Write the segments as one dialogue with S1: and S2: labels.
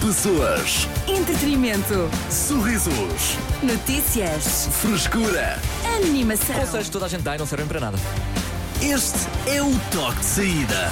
S1: Pessoas,
S2: Entretenimento.
S1: sorrisos,
S2: Notícias.
S1: frescura.
S2: Animação.
S3: Conselhos que toda a gente dá e não servem para nada.
S1: Este é o toque de saída.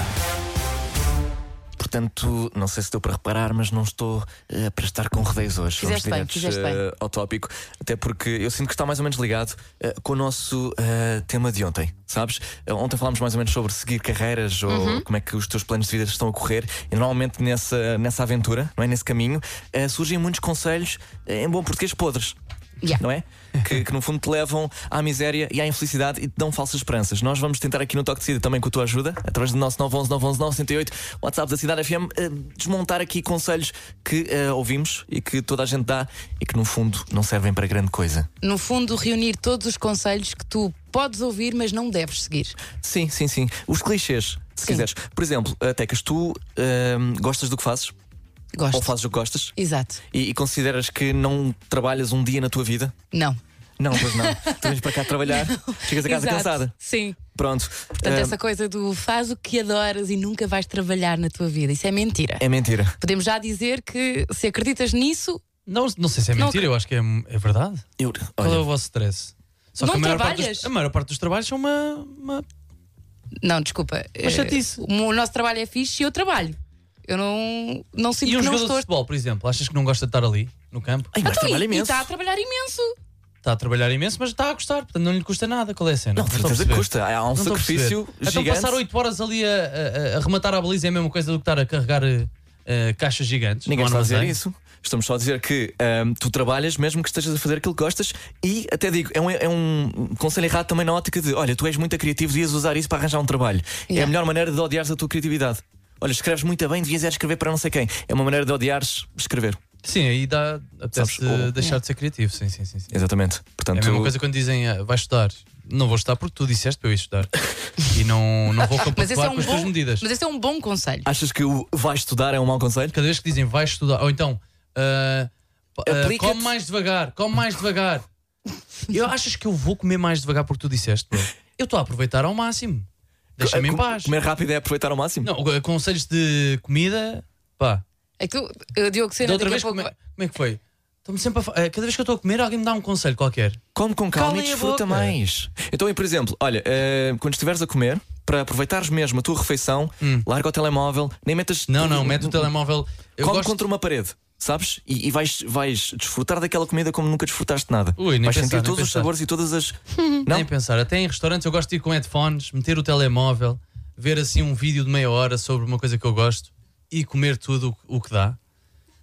S3: Portanto, não sei se deu para reparar, mas não estou eh, para estar com rodeios hoje.
S4: Fizeste bem,
S3: Vamos diretos
S4: fizeste
S3: eh, ao tópico, até porque eu sinto que está mais ou menos ligado eh, com o nosso eh, tema de ontem, sabes? Eh, ontem falámos mais ou menos sobre seguir carreiras ou
S4: Uhum.
S3: como é que os teus planos de vida estão a correr. E normalmente nessa, nessa aventura, não é? nesse caminho, eh, surgem muitos conselhos, eh, em bom português, podres.
S4: Yeah.
S3: Não é? Que, que, no fundo te levam à miséria e à infelicidade e te dão falsas esperanças. Nós vamos tentar aqui no Toque de Cida também com a tua ajuda, através do nosso 911 911 908, WhatsApp da Cidade FM, eh, desmontar aqui conselhos que eh, ouvimos e que toda a gente dá e que no fundo não servem para grande coisa.
S4: No fundo, reunir todos os conselhos que tu podes ouvir, mas não deves seguir.
S3: Sim, sim, sim. Os clichês, se
S4: Sim.
S3: quiseres. Por exemplo, eh, Tecas, tu eh, gostas do que fazes?
S4: Gosto.
S3: Ou fazes o que gostas?
S4: Exato.
S3: E, e consideras que não trabalhas um dia na tua vida?
S4: Não.
S3: Não, pois não. tu vens para cá trabalhar, chegas a
S5: é
S3: casa
S4: Exato.
S3: cansada.
S4: Sim.
S3: Pronto.
S4: Portanto,
S3: Eh,
S4: essa coisa do faz o que adoras e nunca vais trabalhar na tua vida, isso é mentira.
S3: É mentira.
S4: Podemos já dizer que se acreditas nisso,
S5: Não, não sei se é
S4: Não
S5: mentira, eu acho que é, é verdade.
S3: Eu,
S5: Qual é
S3: olha,
S5: o vosso stress? Só
S4: Não
S5: que a maior, parte
S4: trabalhas? Tipo
S5: dos, a maior parte dos trabalhos são uma. uma-
S4: não, desculpa. eh,
S5: chatice.
S4: o nosso trabalho é fixe e eu trabalho. Eu não, não sinto
S5: E um
S4: que não
S5: jogador
S4: estou.
S5: de futebol, por exemplo, achas que não gosta de estar ali, no campo?
S3: Ai, mas
S4: Então, e-
S3: trabalha
S4: e
S3: imenso.
S4: está a trabalhar imenso.
S5: Está a trabalhar imenso, mas está a gostar, portanto não lhe custa nada. Qual é a cena?
S3: Não, de
S5: estou a
S3: certeza que
S5: perceber.
S3: custa. Há um
S5: Não estou a
S3: sacrifício
S5: perceber.
S3: gigante.
S5: Então passar 8 horas ali a, a- a rematar a baliza é a mesma coisa do que estar a carregar eh, eh, caixas gigantes.
S3: Ninguém
S5: no
S3: está a dizer
S5: armazém.
S3: isso. Estamos só a dizer que ahm, tu trabalhas mesmo que estejas a fazer aquilo que gostas e até digo, é um, é um conselho errado também na ótica de olha, tu és muito criativo, devias usar isso para arranjar um trabalho. É a
S4: Yeah.
S3: melhor maneira de odiares a tua criatividade. Olha, escreves muito bem, devias era escrever para não sei quem. É uma maneira de odiares escrever.
S5: Sim, aí dá até
S3: Sabes, oh, o-
S5: deixar de ser criativo. Sim, sim, sim. sim.
S3: Exatamente.
S5: É a
S3: Portanto,
S5: mesma coisa quando dizem ah, vai estudar. Não vou estudar porque tu disseste para eu ir estudar. e não, não vou
S4: Mas esse, é
S5: compactuar
S4: um
S5: com as tuas
S4: bom,
S5: medidas. Ah.
S4: mas esse é um bom conselho.
S3: achas que o vais estudar é um mau conselho?
S5: Cada vez que dizem vai estudar, ou então ah, ah,
S3: Aplica-te.
S5: come mais devagar, come mais devagar. eu achas que eu vou comer mais devagar porque tu disseste? bro? Eu estou a aproveitar ao máximo. Deixa-me em
S3: Co-
S5: paz.
S3: Comer rápido é aproveitar ao máximo?
S5: Não, o- conselhos de comida, pá.
S4: É que tu, eu digo que
S5: Da
S4: cena
S5: outra
S4: daqui a
S5: vez,
S4: pouco.
S5: como é, como é que foi? Estou-me sempre a fa- eh, Cada vez que eu estou a comer, alguém me dá um conselho qualquer.
S3: Come com calma e
S5: Calem a
S3: desfruta
S5: boca.
S3: mais. Então, e, por exemplo, olha, eh, quando estiveres a comer, para aproveitares mesmo a tua refeição, larga o telemóvel, nem metas.
S5: Hum. Não, não, mete o telemóvel. Eu
S3: Come
S5: gosto-
S3: contra uma parede, sabes? E, e vais, vais desfrutar daquela comida como nunca desfrutaste nada.
S5: Ui, nem
S3: vais
S5: pensar,
S3: sentir
S5: nem
S3: todos os
S5: pensar.
S3: sabores e todas as. não?
S5: Nem pensar. Até em restaurantes eu gosto de ir com headphones, meter o telemóvel, ver assim um vídeo de meia hora sobre uma coisa que eu gosto e comer tudo o que- o que dá.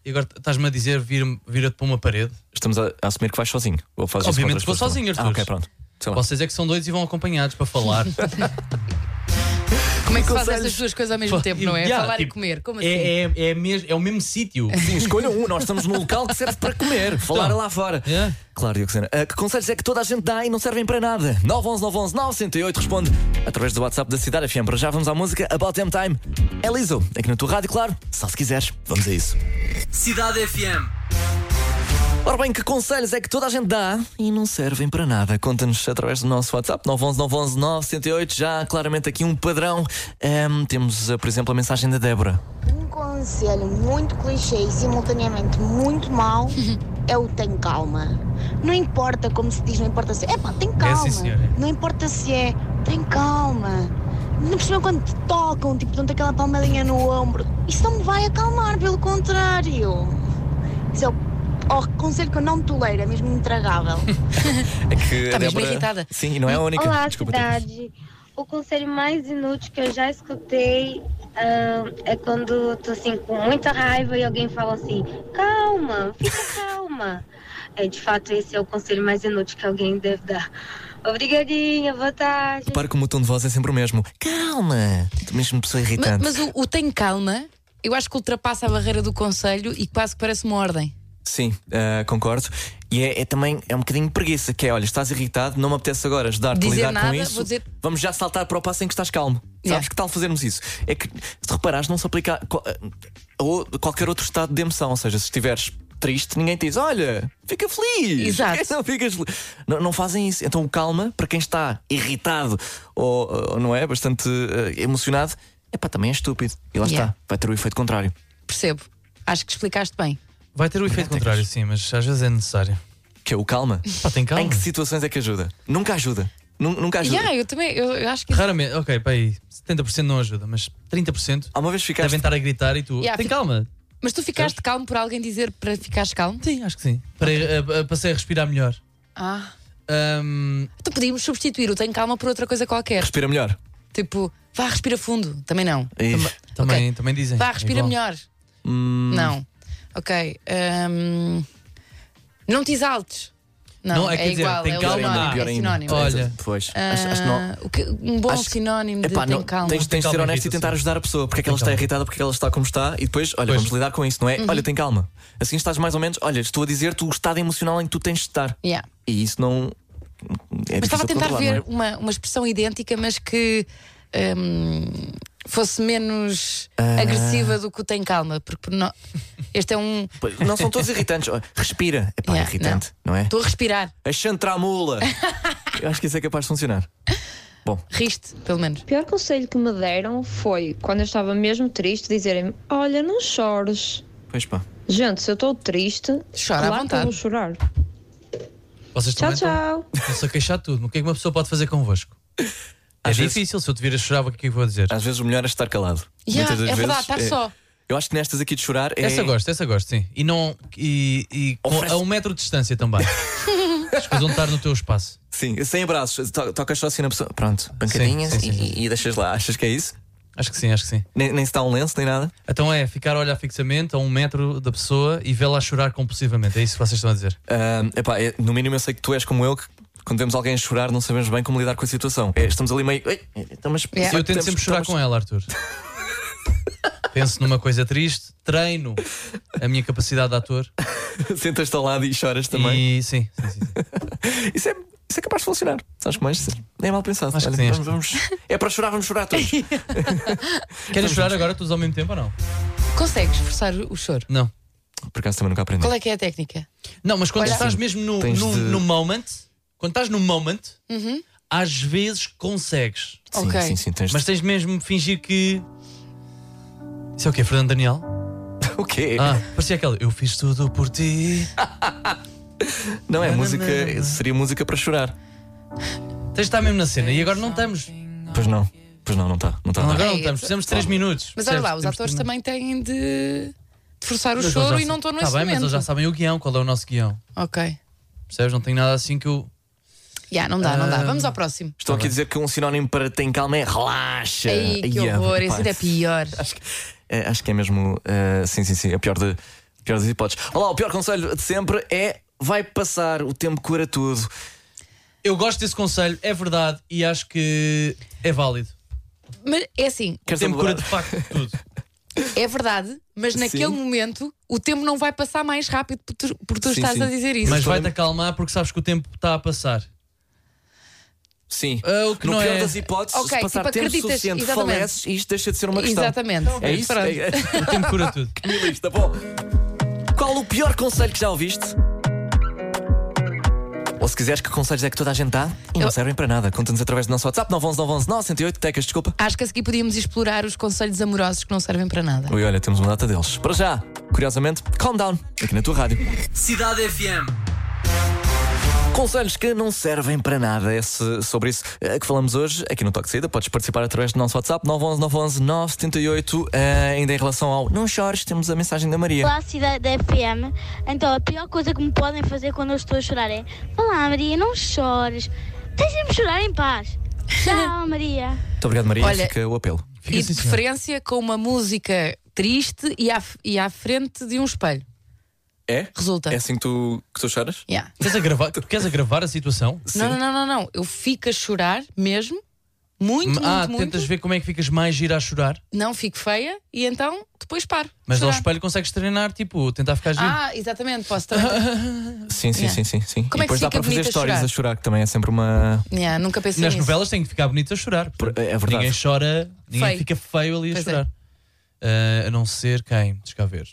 S5: E agora estás-me a dizer vir- vira-te para uma parede.
S3: Estamos a, a assumir que vais sozinho. Ou fazes isso com
S5: Obviamente
S3: outras
S5: vou
S3: pessoas
S5: sozinho,
S3: também? Ah,
S5: Arthur.
S3: ok, pronto. Sei lá.
S5: Vocês é que são doidos e vão acompanhados para falar.
S4: Como é que se faz essas duas coisas ao mesmo tempo, não é?
S5: Yeah,
S4: Falar
S5: tipo,
S4: e comer. Como assim?
S5: É, é, é, mes- é o mesmo sítio.
S3: Sim, escolham um, nós estamos num local que serve para comer, falar
S5: Então,
S3: lá fora.
S5: é.
S3: Claro, Dioxena. Ah, que conselhos é que toda a gente dá e não servem para nada? 911 911 908 responde através do WhatsApp da Cidade FM. Para já vamos à música About Damn Time. É Lizzo, aqui na tua rádio, claro, só se quiseres. Vamos a isso.
S1: Cidade FM.
S3: Ora bem, que conselhos é que toda a gente dá e não servem para nada? Conta-nos através do nosso WhatsApp 911 911 908. Já há claramente aqui um padrão. Ahm, temos, ah, por exemplo, a mensagem da Débora.
S6: Um conselho muito clichê e simultaneamente muito mau é o tem calma. Não importa como se diz, não importa se é pá, tem calma.
S5: sim, senhora.
S6: Não importa se é, tem calma. Não percebem quando te tocam, tipo, dão aquela palmadinha no ombro. Isso não me vai acalmar, pelo contrário. Isso é o o conselho que eu não tolero, é mesmo intragável.
S3: É que
S4: Está mesmo irritada.
S3: Sim, e não é a única.
S7: Olá,
S3: Desculpa, Tecas.
S7: cidade. O conselho mais inútil que eu já escutei ah, é quando tô assim com muita raiva e alguém fala assim: calma, fica calma. É, de fato, esse é o conselho mais inútil que alguém deve dar. Obrigadinha, boa tarde.
S3: Repara que o meu tom de voz é sempre o mesmo. Calma! Tu mesmo pessoa
S4: Ma-
S3: irritante.
S4: Mas, o, o tem calma, eu acho que ultrapassa a barreira do conselho e quase que parece uma ordem.
S3: Sim, ah, concordo. E é, é também é um bocadinho preguiça, que é olha, estás irritado, não me apetece agora ajudar-te a
S4: Dizer
S3: lidar com
S4: nada,
S3: isso.
S4: vou dizer-
S3: Vamos já saltar para o passo em que estás calmo. Sabes
S4: Yeah.
S3: que tal fazermos isso? É que se reparares, não se aplica a, qual- eh, a o- a qualquer outro estado de emoção. Ou seja, se estiveres triste, ninguém te diz, olha, fica feliz.
S4: Exato.
S3: Por que Não, ficas feliz? não, não fazem isso. Então, calma, para quem está irritado ou, ou não é, bastante ah, emocionado, é pá, também é estúpido. E lá
S4: Yeah.
S3: está, vai ter o efeito contrário.
S4: Percebo. Acho que explicaste bem.
S5: Vai ter o efeito contrário, sim, mas às vezes é necessário.
S3: Que é o calma.
S5: Pá, tem calma.
S3: Em que situações é que ajuda? Nunca ajuda. Nun- Nunca ajuda.
S4: Yeah, eu também, eu, eu acho que.
S5: Raramente, ok, pá, aí 70% não ajuda, mas 30%
S3: Há uma vez ficaste.
S5: devem estar a gritar e tu.
S4: Yeah,
S5: tem
S4: fica-
S5: calma?
S4: Mas tu ficaste calmo por alguém dizer para ficares calmo?
S5: Sim, acho que sim. Para, a- a- passei a respirar melhor.
S4: Ah.
S5: Ahm,
S4: Então podíamos substituir o tenho calma por outra coisa qualquer.
S3: Respira melhor.
S4: Tipo, vá, respira fundo. Também não.
S3: E-
S5: também,
S4: Ok.
S5: também dizem.
S4: Vá,
S5: é
S4: respira
S5: igual. Hum.
S4: melhor. Não. Ok. hum, não te exaltes. Não,
S5: Não, é
S4: é,
S5: quer dizer,
S4: igual,
S5: tem
S4: é o
S5: calma,
S4: sinónimo,
S5: não,
S3: pior
S4: é
S3: ainda.
S4: sinónimo.
S5: Olha.
S3: Pois. Acho, acho que não.
S4: Ah, o que- um bom
S3: Acho-
S4: sinónimo de um
S3: Epá,
S4: tem
S3: não,
S4: calma.
S3: tens, tens de ser
S5: calma,
S3: honesto e
S5: irrita-se.
S3: tentar ajudar a pessoa, porque é que ela está
S5: calma.
S3: irritada, porque é que ela está como está, e depois, olha,
S5: Pois.
S3: vamos lidar com isso, não é?
S4: Uhum.
S3: Olha, tem calma. Assim estás mais ou menos, olha, estou a dizer-te o estado emocional em que tu tens de estar.
S4: Yeah.
S3: E isso não. É
S4: Mas estava a
S3: difícil de
S4: tentar
S3: controlar,
S4: ver
S3: não é?
S4: uma, uma expressão idêntica, mas que hum, fosse menos
S3: Ah.
S4: agressiva do que o tem calma. Porque por no- este é um.
S3: Pois, Não são todos irritantes. Olha, Respira. Epá,
S4: Yeah,
S3: é irritante, não, é?
S4: Estou a respirar.
S3: A chantramula. Eu acho que isso é capaz de funcionar. Bom,
S4: Riste, pelo menos.
S8: O pior conselho que me deram foi, quando eu estava mesmo triste, dizerem-me: Olha, não chores.
S3: pois pá.
S8: Gente, se eu estou triste,
S4: Chora à
S8: claro que eu
S4: vontade.
S8: vou chorar.
S5: Vocês
S8: Tchau,
S5: também estão-
S8: tchau.
S5: Estão-se a queixar de tudo. O que é que uma pessoa pode fazer convosco? É
S3: Às vezes-
S5: difícil, se eu te vir a chorar, o que é que eu vou dizer?
S3: Às vezes o melhor é estar calado.
S4: Yeah,
S3: Muitas das
S4: é verdade,
S3: vezes,
S4: estar só.
S3: Eu acho que nestas aqui de chorar é.
S5: Essa eu gosto, essa eu gosto, sim. E não. E, e com-
S3: Oferece-
S5: a um metro de distância também. Escusam de estar no teu espaço.
S3: Sim, sem abraços. To- Tocas só assim na pessoa. Pronto, pancadinhas
S5: Sim, sim,
S3: e-
S5: sim,
S3: E, deixas lá. Achas que é isso?
S5: Acho que sim, acho que sim.
S3: Nem, nem se dá um lenço, nem nada.
S5: Então é ficar a olhar fixamente a um metro da pessoa e vê-la a chorar compulsivamente. É isso que vocês estão a dizer.
S3: Ah, epá, é- no mínimo eu sei que tu és como eu que. Quando vemos alguém a chorar, não sabemos bem como lidar com a situação. É, estamos ali meio. "Ei, Então, mas,
S4: Yeah.
S5: Eu tento sempre chorar com ela, Arthur. Penso numa coisa triste, treino a minha capacidade de ator.
S3: ela. Sentas-te ao lado e choras também.
S5: E sim, sim, sim, sim.
S3: Isso é, isso é capaz de funcionar. Sabes como é? Isso É mal pensado.
S5: Acho que sim,
S3: vamos, vamos- É para chorar, vamos chorar todos.
S5: Querem chorar agora todos ao mesmo tempo ou não?
S4: Consegues forçar o choro?
S5: Não.
S3: Por acaso também nunca aprendi.
S4: Qual é que é a técnica?
S5: Não, mas quando estás mesmo no,
S3: tens
S5: no,
S3: de-
S5: no moment, quando estás no moment,
S4: Uhum.
S5: às vezes consegues.
S3: Sim,
S4: Ok.
S3: sim, sim. Tens...
S5: Mas tens mesmo de fingir que. Isso é o quê? Fernando Daniel?
S3: o quê?
S5: Ah, parecia aquela. Eu fiz tudo por ti.
S4: Ah.
S3: Não, é
S5: Não, não,
S3: música.
S5: não, não.
S3: Seria música para chorar.
S5: Tens de estar mesmo na cena. E agora não estamos.
S3: Pois não. Pois não, não está. Não tá está.
S5: Não, agora
S4: É,
S5: não estamos. Precisamos de 3 minutos.
S4: Mas olha lá, os
S5: Percebes?
S4: atores
S5: Temos
S4: também têm de, de forçar o
S5: de- Mas eles
S4: choro
S5: já
S4: e não estão
S5: sabem-
S4: nesse
S5: Tá bem, mas
S4: momento.
S5: eles já sabem o guião, qual é o nosso guião.
S4: Ok.
S5: Percebes? Não tem nada assim que eu.
S4: Já, não dá, não dá.
S5: Ah,
S4: Vamos ao próximo.
S3: Estou aqui a dizer que um sinónimo para tem calma é relaxa.
S4: Aí, que
S3: Ai,
S4: horror,
S3: é,
S4: esse
S3: pá,
S4: ainda é pior.
S3: Acho que é, acho que é mesmo. eh, sim, sim, sim. A pior, de, a pior das hipóteses. Olá, o pior conselho de sempre é. Vai passar, o tempo cura tudo.
S5: Eu gosto desse conselho, é verdade, e acho que é válido.
S4: Mas é assim,
S5: O
S3: Queres
S5: tempo cura
S3: celebrar?
S5: de facto tudo.
S4: é verdade, mas naquele
S3: Sim.
S4: momento o tempo não vai passar mais rápido por tu, por tu
S3: Sim,
S4: estás
S3: sim.
S4: a dizer isso.
S5: Mas vai-te acalmar porque sabes que o tempo está a passar.
S3: Sim.
S5: Ah, o que
S3: no
S5: não
S3: pior
S5: é-
S3: das hipóteses,
S4: Ok,
S3: se passar
S4: tipo,
S3: tempo
S4: acreditas,
S3: suficiente,
S4: exatamente.
S3: faleces e isto deixa de ser uma questão.
S4: Exatamente.
S3: É isso?
S4: Pronto.
S3: É, é,
S5: O tempo cura tudo.
S3: nihilista, é bom. Qual o pior conselho que já ouviste? Ou se quiseres que conselhos é que toda a gente dá e não
S4: Eu-
S3: servem para nada, conta-nos através do nosso WhatsApp 911 911 908 Tecas, desculpa.
S4: Acho que a seguir podíamos explorar os conselhos amorosos que não servem para nada.
S3: Ui, olha, temos uma data deles. Para já, curiosamente, calm down, aqui na tua rádio.
S1: Cidade FM.
S3: Conselhos que não servem para nada, esse, sobre isso eh, que falamos hoje aqui no Toque de Saída. Podes participar através do nosso WhatsApp 911 911 978. eh, ainda em relação ao Não Chores, temos a mensagem da Maria.
S9: Olá, cidade da FM. Então, a pior coisa que me podem fazer quando eu estou a chorar é: Olá, Maria, não chores. Deixem-me chorar em paz. Tchau, Maria.
S3: Muito obrigado, Maria.
S4: Olha-
S3: Fica o apelo.
S5: Fica
S4: e
S5: assim,
S4: de
S5: senhor.
S4: preferência com uma música triste e à, f- e à frente de um espelho.
S3: É?
S4: Resulta.
S3: É assim que tu, que tu choras?
S4: Yeah.
S5: Queres agravar, tu queres agravar a situação?
S4: Não, não, não, não, não. Eu fico a chorar mesmo. Muito,
S3: Hum,
S4: muito,
S5: ah,
S4: muito.
S5: tentas ver como é que ficas mais gira a chorar,
S4: Não fico feia e então depois paro.
S5: mas
S3: um
S4: Chorar.
S5: ao espelho consegues treinar, tipo, tentar ficar gira.
S4: Ah, exatamente, posso também.
S3: Sim, sim,
S4: Yeah.
S3: sim, sim, sim.
S4: Como
S3: e
S4: é que
S3: depois dá
S4: fica
S3: para fazer
S4: bonita a
S3: histórias
S4: chorar?
S3: a chorar, que também é sempre uma.
S4: Yeah, nunca pensei
S5: Nas
S4: nisso.
S5: novelas tem que ficar bonito a chorar. portanto,
S3: É verdade.
S5: Ninguém chora, ninguém
S4: Feio.
S5: fica feio ali a
S4: Pois é.
S5: chorar. Ah, a não ser quem? Deixa cá ver.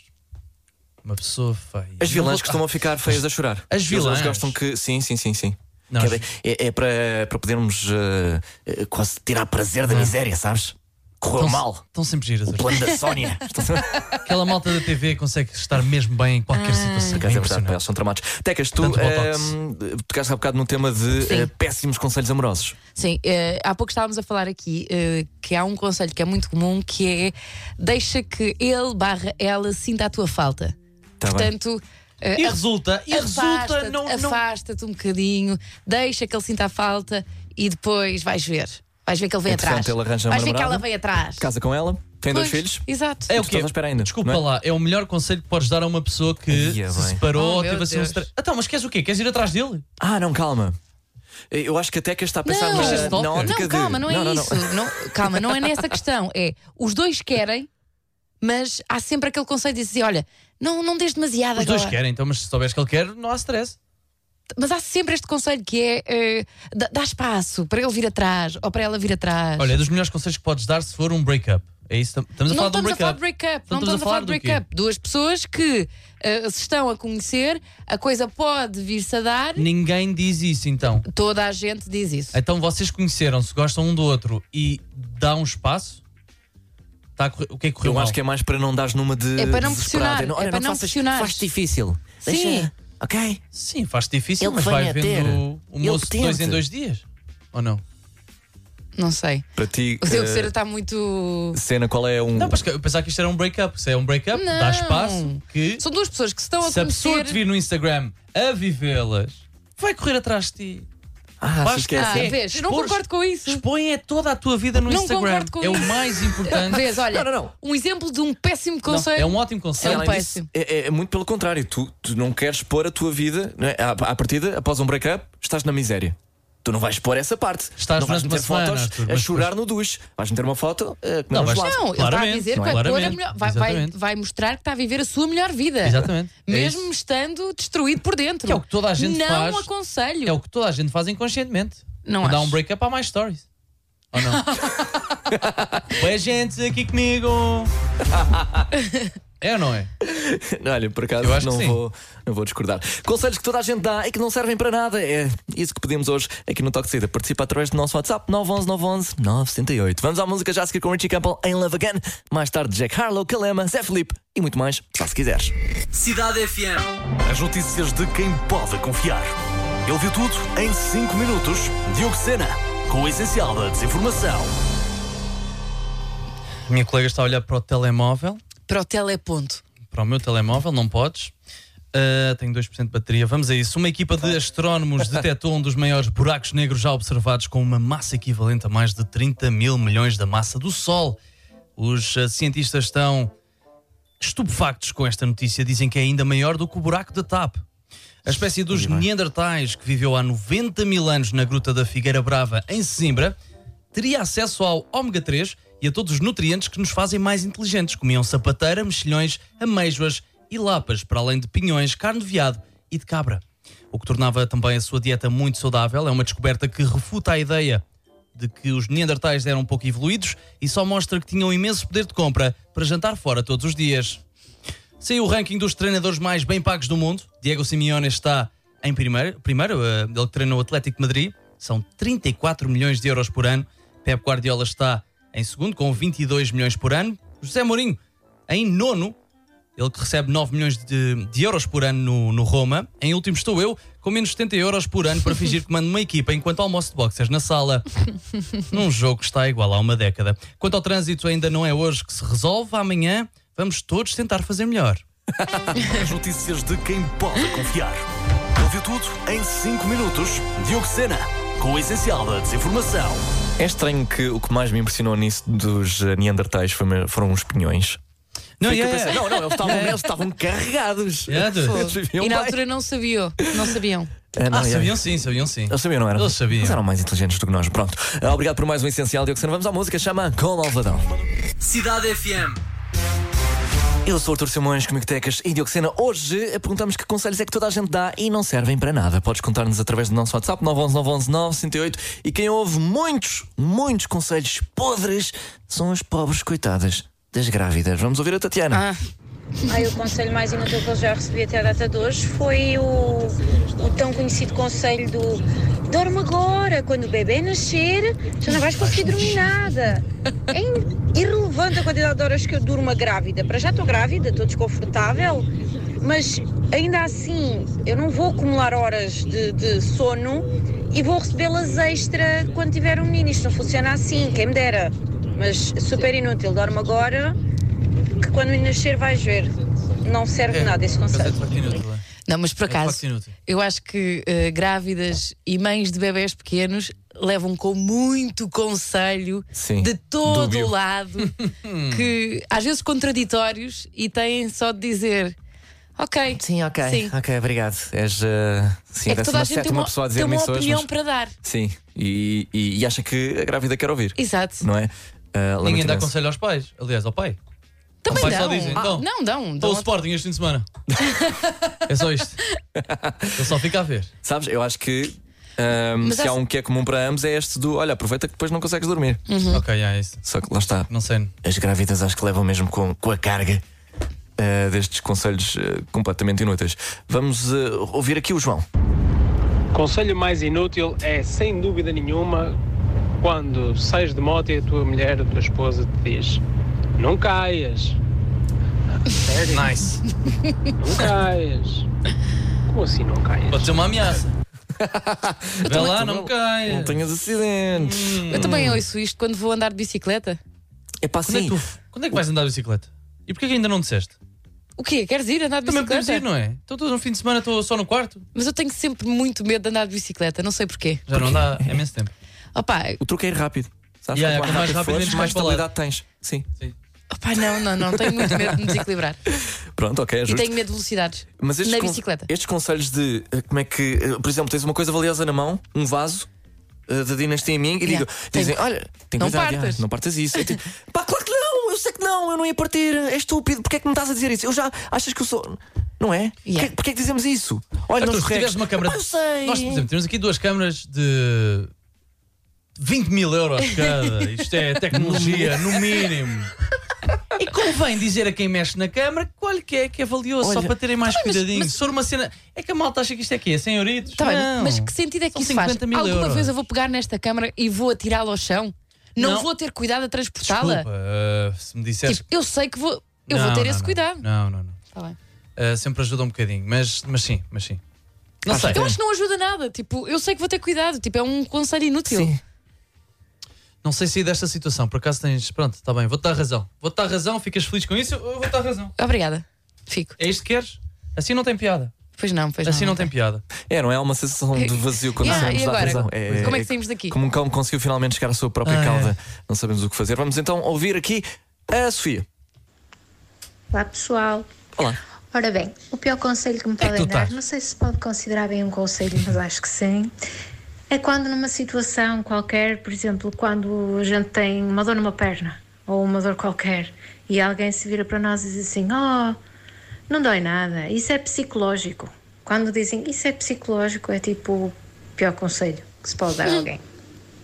S5: Uma pessoa feia. Ah,
S3: As
S5: Não vou-
S3: vilãs costumam ficar feias a chorar.
S5: As vilãs?
S3: Eles gostam que. Sim, sim, sim, sim.
S5: Não,
S3: Que é,
S5: as-
S4: Hum.
S3: é- é para, para podermos eh, eh, quase tirar prazer da miséria, sabes? Correu
S5: Estão-
S3: mal.
S5: Estão sempre giras.
S3: O plano da Sónia.
S4: é
S5: Aquela malta da TV consegue estar mesmo bem em
S4: Ah.
S5: qualquer situação.
S3: Por acaso é verdade,
S5: impressionante.
S3: pá, são traumáticos. Tecas, tu
S5: Tanto botox.
S3: ehm, tocaste há bocado no tema de
S4: Sim.
S3: eh, péssimos conselhos amorosos.
S4: Sim, eh, há pouco estávamos a falar aqui eh, que há um conselho que é muito comum que é deixa que ele barra ela sinta a tua falta.
S3: Tá bem.
S4: Portanto, eh,
S5: E resulta, e resulta,
S4: afasta-te,
S5: não, não,
S4: afasta-te um bocadinho, deixa que ele sinta a falta e depois vais ver. Vais ver que ele vem
S3: Entretanto,
S4: atrás.
S3: ele arranja uma
S4: vais ver que
S3: namorada.
S4: ela vvem atrás.
S3: Casa com ela, tem dois
S4: Pois,
S3: filhos.
S4: Exato.
S5: É
S3: E
S5: o
S3: tu
S5: quê?
S3: estás à espera ainda,
S5: Desculpa
S3: não é?
S5: lá, é o melhor conselho que podes dar a uma pessoa que
S3: Ia
S5: se
S3: bem.
S5: separou
S4: Oh,
S5: ou
S4: meu
S5: teve assim um
S4: Deus.
S5: stress. Então, mas queres o quê? Queres ir atrás dele?
S3: Ah, não, calma. Eh, Eu acho que a Tecas está a pensar
S4: Não,
S3: na-
S5: Mas é
S3: na,
S5: stalker.
S3: ótica
S4: Não,
S3: de-
S4: calma, não é isso. Não, calma, não é nessa questão. É os dois querem, mas há sempre aquele conselho de dizer: olha, não, não dês demasiado
S5: Os
S4: agora.
S5: dois querem, então, mas se souberes que ele quer, não há stress.
S4: Mas há sempre este conselho que é: eh, dá, dá espaço para ele vir atrás ou para ela vir atrás.
S5: Olha, é dos melhores conselhos que podes dar se for um breakup. É isso, tam- estamos
S4: não
S5: a falar de um
S4: estamos a falar
S5: breakup.
S4: de break-up, não estamos a falar de
S5: do quê?
S4: break-up. Duas pessoas que eh, se estão a conhecer, a coisa pode vir-se a dar.
S5: Ninguém diz isso, então.
S4: Toda a gente diz isso.
S5: Então vocês conheceram-se, gostam um do outro e dá um espaço. Tá a correr- o que é que correu
S3: Eu
S5: mal?
S3: acho que é mais para não dares numa de.
S4: É para não
S3: desesperada.
S4: pressionar,
S3: Olha,
S4: é para não
S3: faças-
S4: pressionar.
S3: Faz-te difícil.
S4: Sim.
S3: Deixa. Ok?
S5: Sim, faz-te difícil,
S3: Ele
S5: mas
S3: que venha
S5: vai
S3: ter.
S5: vendo o
S3: Ele
S5: moço
S3: que
S5: de dois em
S3: tente.
S5: dois dias. Ou não?
S4: Não sei.
S3: Para ti.
S4: O Diogo
S3: eh,
S4: Cera está muito.
S3: Cena, qual é um.
S5: Não, mas que- eu pensava que isto era um break-up. Se é um break-up,
S4: Não.
S5: dá espaço que
S4: São duas pessoas que se estão a
S5: se a pessoa
S4: conhecer.
S5: te vir no Instagram a vivê-las, vai correr atrás de ti.
S3: Ah,
S5: Basta-
S3: achas que é
S4: Ah,
S3: assim?
S5: Sim.
S4: vês? Eu não
S5: Expor-
S4: concordo com isso.
S5: Expõe é toda a tua vida no
S4: Não
S5: Instagram.
S4: concordo com
S5: é o
S4: isso.
S5: mais importante.
S4: Vês, olha,
S3: Não, não, não.
S4: um exemplo de um péssimo
S5: Não,
S4: conselho.
S5: é um ótimo
S4: É
S5: conselho.
S4: um
S3: Além disso,
S4: péssimo.
S3: é, é- é muito pelo contrário. Tu, tu não queres pôr a tua vida não é? à, à partida, após um break-up, estás na miséria. Tu não vais pôr essa parte.
S5: Estás
S3: não vais
S5: durante
S3: meter
S5: uma semana,
S3: fotos
S5: Arthur,
S3: a
S5: mas
S3: chorar no duche. Vais meter uma foto eh, que não,
S5: Não,
S3: não
S5: vais-
S3: vais lá.
S4: Não, ele está a
S5: Claramente, é
S4: dizer que vai, pôr a é
S5: claramente,
S4: melhor, vai, vai,
S5: exatamente.
S4: vai mostrar que está a viver a sua melhor vida.
S5: Exatamente, é
S4: Mesmo
S5: isso.
S4: estando destruído por dentro.
S5: Que é o que toda a gente
S4: não
S5: faz.
S4: aconselho.
S5: É o que toda a gente faz inconscientemente.
S4: Não
S5: Quando há
S4: acho.
S5: um break-up, há mais stories. Ou não? Oi, gente, aqui comigo. é ou não é?
S3: Olha, por acaso
S5: Eu acho que
S3: não
S5: sim.
S3: vou, não vou discordar. Conselhos que toda a gente dá e que não servem para nada. É isso que pedimos hoje aqui no Toque de Saída. Participa através do nosso WhatsApp 911 911 978. Vamos à música já a seguir com Richie Campbell em Love Again. Mais tarde, Jack Harlow, Kalema, Zé Felipe e muito mais, só se quiseres.
S1: Cidade FM. As notícias de quem pode confiar. Ele viu tudo em 5 minutos. Diogo Sena, com o essencial da desinformação.
S5: A minha colega está a olhar para o telemóvel,
S4: Para o teleponto.
S5: para o meu telemóvel, não podes. Ah, tenho 2% de bateria. Vamos a isso. Uma equipa de astrónomos detectou um dos maiores buracos negros já observados, com uma massa equivalente a mais de 30 mil milhões da massa do Sol. Os ah, cientistas estão estupefactos com esta notícia. Dizem que é ainda maior do que o buraco da TAP. A espécie dos Neandertais, que viveu há 90 mil anos na Gruta da Figueira Brava, em Sesimbra, teria acesso ao ômega 3 e a todos os nutrientes que nos fazem mais inteligentes. Comiam sapateira, mexilhões, amêijoas e lapas, para além de pinhões, carne de veado e de cabra. O que tornava também a sua dieta muito saudável. É uma descoberta que refuta a ideia de que os Neandertais eram um pouco evoluídos e só mostra que tinham imenso poder de compra para jantar fora todos os dias. Saiu o ranking dos treinadores mais bem pagos do mundo. Diego Simeone está em primeiro. primeiro eh, ele que treina o Atlético de Madrid. São 34 milhões de euros por ano. Pep Guardiola está em segundo, com 22 milhões por ano. José Mourinho em nono. Ele que recebe 9 milhões de, de euros por ano no, no Roma. Em último estou eu, com menos 70 euros por ano para fingir que mando uma equipa enquanto almoço de boxers na sala num jogo que está igual a uma década. Quanto ao trânsito, ainda não é hoje que se resolve, amanhã vamos todos tentar fazer melhor.
S1: As notícias de quem pode confiar. Ele viu tudo em 5 minutos. Diogo Sena, com o essencial da desinformação.
S3: É estranho que o que mais me impressionou nisso dos eh, Neandertais foi me- foram os pinhões.
S5: Não,
S3: Fiquei a
S5: Oh, yeah,
S3: pensar, não,
S5: yeah.
S3: não, eles estavam, eles estavam carregados.
S5: Yeah, dude.
S3: Eles viviam
S4: e na
S3: bem.
S4: altura não sabiam. Não sabiam.
S3: Ah, não,
S5: Ah,
S3: yeah.
S5: sabiam sim, sabiam sim.
S3: Eles sabiam, não eram?
S5: Eles sabiam.
S3: Eles eram mais inteligentes do que nós. Pronto. Ah, Obrigado por mais um essencial, Diogo Sena. Vamos à música, chama Com Alvadão.
S1: Cidade FM.
S3: Eu sou o Artur Simões, comigo Tecas e Dioxena. Hoje eh, perguntamos que conselhos é que toda a gente dá e não servem para nada. Podes contar-nos através do nosso WhatsApp 911 911 e quem ouve muitos, muitos conselhos podres são as pobres coitadas das grávidas. Vamos ouvir a Tatiana.
S4: Ah,
S10: Ai, o conselho mais inútil que eu já recebi até a data de hoje foi o, o tão conhecido conselho do dorme agora, quando o bebê nascer, já não vais conseguir dormir nada. É in- irrelevante a quantidade de horas que eu durmo a grávida. Para já estou grávida, estou desconfortável, mas ainda assim eu não vou acumular horas de, de sono e vou recebê-las extra quando tiver um menino. Isto não funciona assim, quem me dera. Mas super inútil, dorme agora, que quando o menino nascer vais ver. Não serve nada esse conselho.
S4: Não, mas por
S5: É de
S4: acaso,
S5: facto inútil.
S4: eu acho que eh, grávidas e mães de bebés pequenos levam com muito conselho
S3: Sim,
S4: de todo
S3: dúbio.
S4: o lado, que às vezes contraditórios e têm só de dizer. Ok.
S3: Sim, ok.
S4: Sim.
S3: Ok, obrigado. És. uh, sim,
S4: é
S3: deve
S4: que
S3: ser
S4: toda a
S3: uma
S4: gente tem
S3: sétima
S4: uma,
S3: pessoa a
S4: tem
S3: dizer-me
S4: uma
S3: isso hoje.
S4: opinião
S3: mas-
S4: para dar.
S3: Sim, e, e- e acha que a grávida quer ouvir.
S4: Exato.
S3: Não é? Ah, lamento
S5: Ninguém dá
S3: imenso.
S5: conselho aos pais. Aliás, ao pai.
S4: Também
S5: Ao pai
S4: não.
S5: só dizem,
S4: Ah,
S5: então,
S4: não, dão.
S5: Estou
S4: dão-
S5: o Sporting este fim de semana. é só isto. Ele só fica a ver.
S3: Sabes, eu acho que ahm,
S4: Mas
S3: se há
S4: acho-
S3: um que é comum para ambos é este do olha, aproveita que depois não consegues dormir.
S4: Uhum.
S5: Ok, é isso.
S3: Só que lá está.
S5: Não sei.
S3: As grávidas acho que levam mesmo com, com a carga ah, destes conselhos ah, completamente inúteis. Vamos ah, ouvir aqui o João.
S11: Conselho mais inútil é, sem dúvida nenhuma, quando sais de moto e a tua mulher, a tua esposa, te diz: Não caias. Sério?
S5: Nice.
S11: Não caias. Como assim não
S5: Pode
S11: caias?
S5: ser uma ameaça. Vai
S4: também-
S5: lá, não me caia.
S3: Não tenhas acidentes.
S5: Hum.
S4: Eu também ouço isto quando vou andar de bicicleta.
S3: É pá,
S5: Quando é,
S3: sim.
S5: que tu- quando é que vais andar de bicicleta? E porquê que ainda não disseste?
S4: O quê? Queres ir andar de
S5: Também
S4: bicicleta?
S5: podemos ir, não é? Então todo um fim de semana estou só no quarto.
S4: Mas eu tenho sempre muito medo de andar de bicicleta, não sei porquê.
S5: Já não dá há imenso tempo.
S4: Opa,
S3: O truque é ir rápido. Sabes?
S5: Yeah,
S3: Quanto
S5: quanto mais rápido,
S3: fores,
S5: menos
S3: mais
S5: vais para lá.
S3: estabilidade tens. Sim.
S4: opa, não, não, não. Tenho muito medo de me desequilibrar.
S3: Pronto, ok, é
S4: E
S3: justo.
S4: tenho medo de velocidades.
S3: Mas estes
S4: na
S3: con-
S4: bicicleta.
S3: Estes conselhos de eh, como é que, eh, por exemplo, tens uma coisa valiosa na mão, um vaso eh, da dinastia Ming, e
S4: Yeah.
S3: digo, dizem,
S4: Tem-
S3: olha, tem
S4: Não
S3: cuidado,
S4: partas.
S3: ah, não partas isso. Eu digo, Pá, claro que não, eu sei que não, eu não ia partir, é estúpido, porque é que me estás a dizer isso? Eu já achas que eu sou. Não é?
S4: Yeah.
S3: Que- Porquê é que dizemos isso? Olha,
S5: Arthur,
S3: não
S5: Então, se tiveres
S3: escorregues.
S5: uma
S4: Ah,
S5: câmara.
S3: Pá, eu sei.
S5: Nós, por exemplo, temos aqui duas câmaras de 20 mil euros cada. Isto é tecnologia, no mínimo. E convém dizer a quem mexe na câmara qual que é que é valioso, só
S3: Olha,
S5: para terem mais cuidadinho. Se for uma cena. É que a malta acha que isto é quê? 100 euritos?
S4: Tá bem,
S5: não.
S4: mas que sentido é que
S5: São
S4: isso faz?
S5: 50 mil
S4: Alguma
S5: euros.
S4: vez eu vou pegar nesta câmara e vou atirá-la ao chão? Não,
S5: Não.
S4: vou ter cuidado a
S5: Desculpa,
S4: transportá-la?
S5: ah, se me disseres.
S4: Tipo, eu sei que vou. Eu
S5: Não,
S4: vou ter
S5: não,
S4: esse
S5: não.
S4: cuidado.
S5: Não, não, não.
S4: Tá bem.
S5: Ah, sempre ajuda um bocadinho, mas, mas sim, mas sim. Não sei.
S4: Eu acho que não ajuda nada. Tipo, eu sei que vou ter cuidado. Tipo, é um conselho inútil.
S3: Sim.
S5: Não sei se é desta situação, por acaso tens. Pronto, está bem, vou-te dar razão. Vou-te dar razão, ficas feliz com isso, eu vou-te dar razão.
S4: Obrigada. Fico.
S5: É isto que queres? Assim não tem piada.
S4: Pois não, pois
S5: Assim não,
S4: não.
S5: tem piada.
S3: É, não é? Há uma sensação de vazio quando
S4: Yeah,
S3: saímos
S4: e
S3: da
S4: agora?
S3: prisão. É,
S4: Como é que saímos daqui?
S3: Como um cão conseguiu finalmente chegar à sua própria
S5: Ah, é.
S3: cauda, não sabemos o que fazer. Vamos então ouvir aqui a Sofia.
S12: Olá pessoal.
S3: Olá.
S12: Ora bem, o pior conselho que me
S5: que
S12: podem
S5: tu
S12: dar,
S5: estás?
S12: não sei se pode considerar bem um conselho, mas acho que sim, é quando numa situação qualquer, por exemplo, quando a gente tem uma dor numa perna ou uma dor qualquer e alguém se vira para nós e diz assim: Oh, não dói nada, isso é psicológico. Quando dizem isso é psicológico, é tipo o pior conselho que se pode dar a alguém.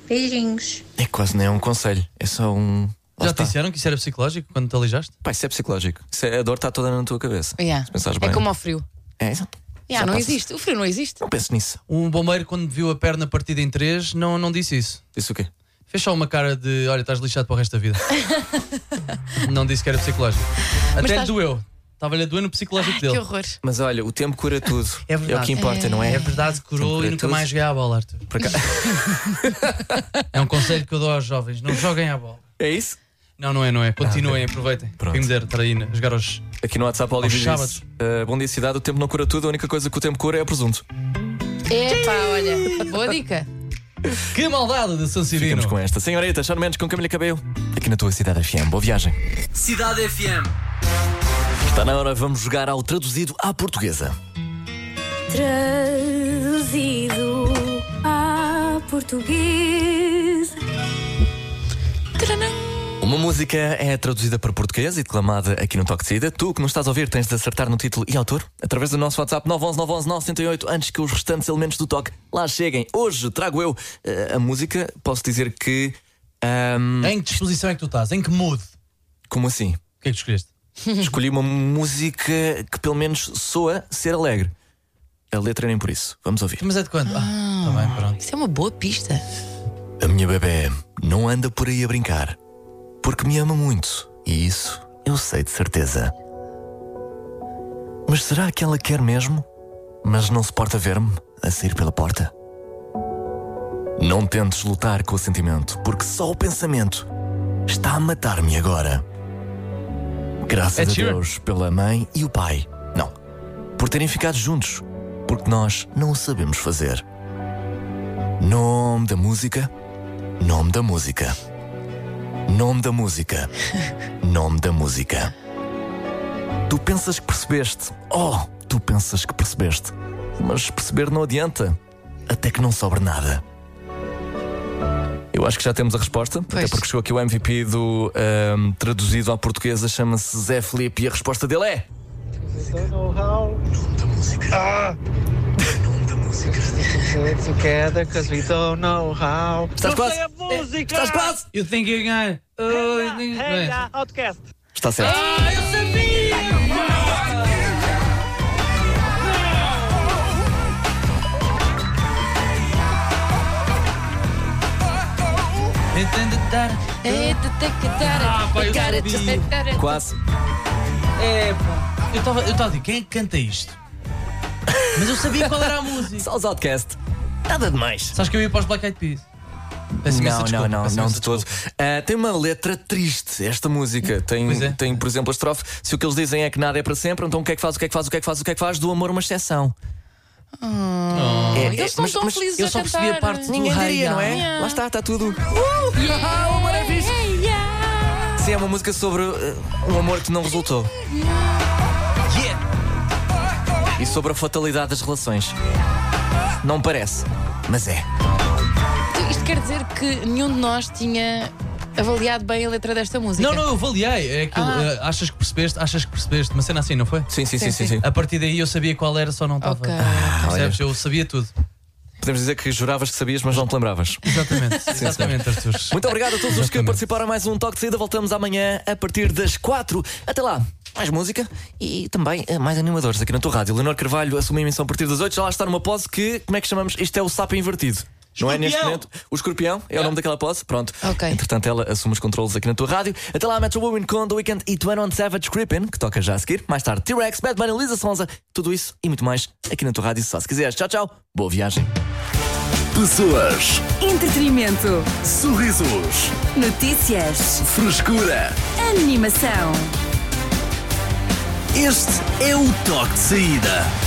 S12: Beijinhos.
S3: É quase nem é um conselho, é só um. Lá
S5: Já te
S3: está.
S5: disseram que isso era psicológico quando te alijaste?
S3: Pá, isso é psicológico. Isso é- a dor está toda na tua cabeça.
S4: Yeah.
S3: Se pensares bem.
S4: É como ao frio.
S3: É, exato.
S4: Yeah,
S3: Já
S4: não
S3: passa-
S4: existe. O frio não existe.
S3: Não penses nisso.
S5: Um bombeiro, quando viu a perna partida em três, não, não disse isso.
S3: Disse o quê?
S5: Fez só uma cara de olha, estás lixado para o resto da vida. não disse que era psicológico. Até
S4: estás-
S5: lhe doeu. Estava-lhe a doer no psicológico
S4: Que
S5: dele.
S4: horror.
S3: Mas olha, o tempo cura tudo.
S5: É verdade.
S3: o que importa, não é?
S5: É verdade,
S3: Sempre
S5: curou
S3: cura
S5: e nunca
S3: tudo.
S5: mais joguei à bola, Arthur.
S3: Por acaso-
S5: É um conselho que eu dou aos jovens: não joguem à bola.
S3: É isso?
S5: Não, não é, não é. Continuem, aproveitem.
S3: Ah, Pronto.
S5: Quem me der, estar aí a jogar aos.
S3: Aqui no WhatsApp, Olívio
S5: Aos
S3: diz:
S5: sábados.
S3: "Ah, Bom dia, cidade. O tempo não cura tudo. A única coisa que o tempo cura é o presunto.
S4: Epá, olha. Boa dica.
S5: Que maldade de San Cirino.
S3: Ficamos com esta. Senhorita, Shawn Mendes com Camila Cabelo. Aqui na tua cidade FM. Boa viagem.
S1: Cidade FM.
S3: Está na hora, vamos jogar ao traduzido à portuguesa.
S9: Traduzido a português.
S3: Uma música é traduzida para português e declamada aqui no Toque de Saída. Tu que nos estás a ouvir tens de acertar no título e autor através do nosso WhatsApp 911 911 978 antes que os restantes elementos do toque lá cheguem. Hoje trago eu eh, a música. Posso dizer que. ahm,
S5: Em que disposição é que tu estás? Em que mood? O
S3: como assim?
S5: que é que tu escolheste?
S3: Escolhi uma música que pelo menos soa ser alegre. A letra nem por isso. Vamos ouvir.
S5: Mas é de quando? Ah, tá bem, pronto.
S4: Isso é uma boa pista.
S3: A minha bebê não anda por aí a brincar.
S1: Porque me ama muito. E isso eu sei de certeza.
S3: Mas será que ela quer mesmo? Mas não suporta ver-me a sair pela porta?
S1: Não tentes lutar com o sentimento, porque só o pensamento está a matar-me agora. Graças
S3: Ed
S1: a
S3: Sheeran.
S1: Deus pela mãe e o pai. Não, por terem ficado juntos, porque nós não o sabemos fazer. Nome da música, nome da música. Nome da música, nome da música.
S3: Tu pensas que percebeste? Oh, tu pensas que percebeste? Mas perceber não adianta, até que não sobra nada. Eu acho que já temos a resposta, até porque chegou aqui o MVP do ahm, traduzido à portuguesa, chama-se Zé Felipe e a resposta dele é.
S13: Ah! Together, because we don't know how. Não
S3: Estás quase.
S13: sei a música!
S3: Estás quase.
S5: You think you can. Oh, you think...
S13: Hey, já, outcast!
S3: Está certo.
S13: eu sabia!
S5: Entende dar.
S4: É
S5: Ah, pá, eu sabia.
S3: Quase.
S5: É, pá. Eu estava eu tava a dizer, quem é que canta isto? Mas eu sabia qual era a música.
S3: Só os outcast. Nada demais.
S5: Sabes que eu ia para os Black Eyed Peas. Peço imensa
S3: não,
S5: desculpa,
S3: não, não,
S5: peço
S3: não
S5: imensa
S3: de todo. Ah, tem uma letra triste esta
S4: Hum,
S3: música. Tem,
S4: é.
S3: tem, por exemplo, a estrofe: se o que eles dizem é que nada é para sempre, então o que é que faz, o que é que faz, o que é que faz, o que é que faz? Do amor, uma exceção. É,
S4: Oh, eles estão tão felizes
S3: eu
S4: a
S3: só
S4: cantar.
S3: percebi a parte
S4: Ninguém
S3: do
S4: diria,
S3: hey,
S4: não é?
S3: yeah. Lá está, está tudo.
S4: Uh, yeah,
S3: amor é fixe. Sim, é uma música sobre eh, um amor que não resultou. E sobre a fatalidade das relações. Não parece, mas é.
S4: Então, Isto quer dizer que nenhum de nós tinha avaliado bem a letra desta música.
S5: Não, não, eu avaliei. É aquilo.
S4: Ah.
S5: eh, achas que percebeste? Achas que percebeste? Uma cena assim, não foi?
S3: Sim, sim, sim, Sim, sim, Ah, sim. sim.
S5: A partir daí eu sabia qual era, só não estava.
S4: Ok.
S5: Percebes? Eu sabia tudo.
S3: Podemos dizer que juravas que sabias, mas não te lembravas.
S5: Exatamente, exatamente, Arthur.
S3: Muito obrigado a todos os que participaram a mais um Toque de Saída. Voltamos amanhã a partir das 4. Até lá, mais música e também eh, mais animadores aqui na tua rádio. Leonor Carvalho assume a emissão a partir das 8. Já lá está numa pose que, como é que chamamos? Isto é o sapo invertido. Não é neste
S1: Escorpião.
S3: momento? O escorpião é o nome daquela pose? Pronto.
S4: Ok.
S3: Entretanto, ela assume os controles aqui na tua rádio. Até lá, Metro Woman com The Weekend e 21 Savage Creepin, que toca já a seguir. Mais tarde, T-Rex, Batman, Lisa Sonza. Tudo isso e muito mais aqui na tua rádio, só se quiseres. Tchau, tchau. Boa viagem.
S1: Pessoas,
S2: Entretenimento.
S1: sorrisos,
S2: Notícias.
S1: frescura.
S2: Animação.
S1: Este é o toque de saída.